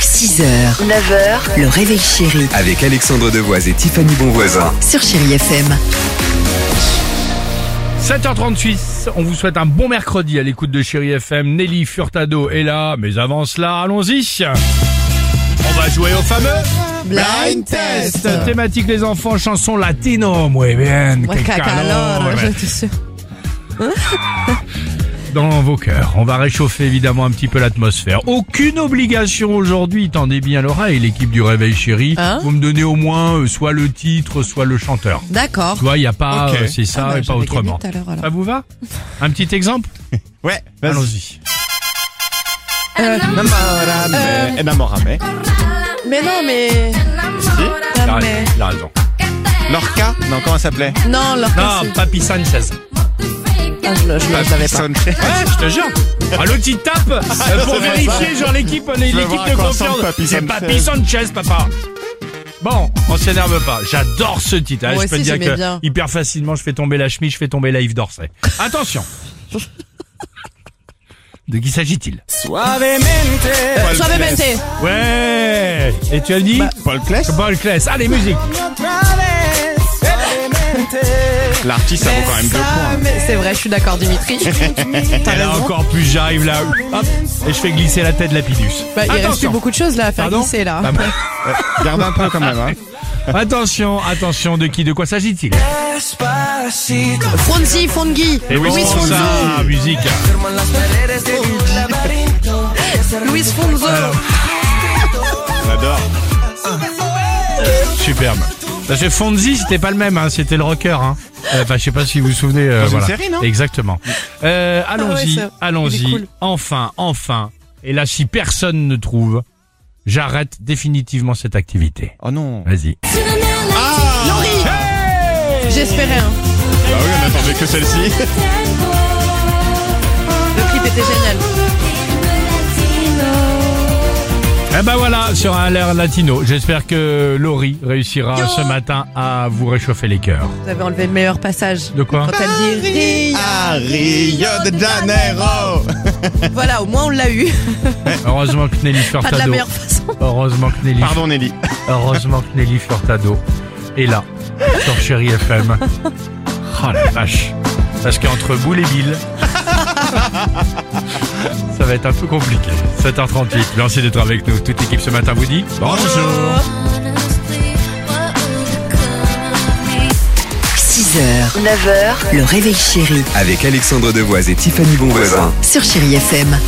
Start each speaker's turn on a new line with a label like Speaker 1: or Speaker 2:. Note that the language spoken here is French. Speaker 1: 6h, 9h, le réveil chéri
Speaker 2: Avec Alexandre Devoise et Tiffany Bonvoisin.
Speaker 1: sur Chéri FM.
Speaker 3: 7h36, on vous souhaite un bon mercredi à l'écoute de Chéri FM. Nelly Furtado est là, mais avant cela, allons-y. On va jouer au fameux
Speaker 1: Blind test.
Speaker 3: thématique les enfants, chanson latino, muy bien, quel calor, ouais, ouais. dans vos cœurs. On va réchauffer évidemment un petit peu l'atmosphère. Aucune obligation aujourd'hui, tendez bien l'oreille, l'équipe du Réveil Chéri.
Speaker 4: Hein
Speaker 3: vous me donnez au moins euh, soit le titre, soit le chanteur.
Speaker 4: D'accord.
Speaker 3: Tu vois, il n'y a pas,
Speaker 4: Ok.
Speaker 3: euh, c'est ça
Speaker 4: Ah bah,
Speaker 3: et pas
Speaker 4: j'avais gagné
Speaker 3: autrement.
Speaker 4: tout à l'heure, alors.
Speaker 3: Ça vous va Un petit exemple
Speaker 5: Ouais,
Speaker 3: Allons-y.
Speaker 5: vas-y. Enamorame.
Speaker 4: Mais non, mais.
Speaker 3: Il a
Speaker 4: Non,
Speaker 3: raison,
Speaker 4: mais...
Speaker 3: il a raison.
Speaker 5: Lorca Non, comment elle s'appelait
Speaker 4: non leur
Speaker 3: Non, Papi Sanchez.
Speaker 4: Ah, je, le- je le savais pas.
Speaker 5: Sanchez.
Speaker 3: Ouais, je te jure. Ah, l'autre il tape euh, pour vérifier, genre l'équipe, euh, l'équipe
Speaker 5: voir à
Speaker 3: de
Speaker 5: quoi
Speaker 3: confiance.
Speaker 5: ressemble Papi
Speaker 3: C'est
Speaker 5: Sanchez.
Speaker 3: Papi Sanchez, papa. Bon, on s'énerve pas. J'adore ce titre. hein.
Speaker 4: Moi
Speaker 3: je peux
Speaker 4: aussi,
Speaker 3: te dire
Speaker 4: j'aimais
Speaker 3: que
Speaker 4: bien.
Speaker 3: hyper facilement, je fais tomber la chemise, je fais tomber la Yves d'Orsay. Attention. De qui s'agit-il Ah,
Speaker 4: J'avais même été.
Speaker 3: Ouais. Et tu as dit
Speaker 4: Bah.
Speaker 5: Paul Clash
Speaker 3: Paul Kless. Allez, musique.
Speaker 5: L'artiste, ça vaut quand même deux points.
Speaker 4: Ah, C'est vrai, je suis d'accord, Dimitri. T'as
Speaker 3: Et là
Speaker 4: raison.
Speaker 3: encore plus, j'arrive là. Hop. Et je fais glisser la tête de Lapidus.
Speaker 4: Bah, il reste plus
Speaker 3: Attention.
Speaker 4: beaucoup de choses là à faire
Speaker 3: Pardon
Speaker 4: glisser là.
Speaker 3: Ah, bah,
Speaker 5: Garde un peu quand même. Hein.
Speaker 3: Attention, attention, de qui, de quoi s'agit-il
Speaker 4: Bah, Fonzi, Fongi,
Speaker 3: Et
Speaker 4: Luis
Speaker 3: bon,
Speaker 4: Fonzo,
Speaker 3: ça, musique.
Speaker 4: Luis Fonzo.
Speaker 3: Euh.
Speaker 5: J'adore.
Speaker 3: Superbe. Parce que Fonzie, c'était pas le même, hein, c'était le rocker. Hein. Euh, Enfin, je sais pas si vous vous souvenez. euh,
Speaker 5: une
Speaker 3: voilà.
Speaker 5: série, non
Speaker 3: Exactement. Euh, allons-y,
Speaker 4: Ah ouais, ça, il
Speaker 3: allons-y.
Speaker 4: est cool.
Speaker 3: Enfin, enfin. Et là, si personne ne trouve, j'arrête définitivement cette activité.
Speaker 5: Oh non.
Speaker 3: Vas-y.
Speaker 4: J'espérais, hein.
Speaker 5: Bah oui, on attendait que celle-ci.
Speaker 4: Le clip était génial.
Speaker 3: Eh ben voilà, sur un l'air latino. J'espère que Laurie réussira ce matin à vous réchauffer les cœurs.
Speaker 4: Vous avez enlevé le meilleur passage.
Speaker 3: De quoi
Speaker 4: Quand elle dit Ria.
Speaker 5: Ah, Rio de Janeiro.
Speaker 4: Voilà, au moins on l'a eu.
Speaker 3: Heureusement que Nelly
Speaker 4: Pas de la
Speaker 3: Furtado.
Speaker 4: meilleure façon.
Speaker 3: Heureusement que Nelly
Speaker 5: Pardon, Nelly.
Speaker 3: Heureusement que Nelly Furtado est là, sur Chéri FM. Oh la vache. Parce qu'entre boule et bille, ça va être un peu compliqué. 7h38, merci d'être avec nous. Toute l'équipe ce matin vous dit bonjour.
Speaker 1: 6h, 9h, le réveil chéri
Speaker 2: Avec Alexandre Devoise et Tiffany Bonvoisin.
Speaker 1: sur Chéri FM.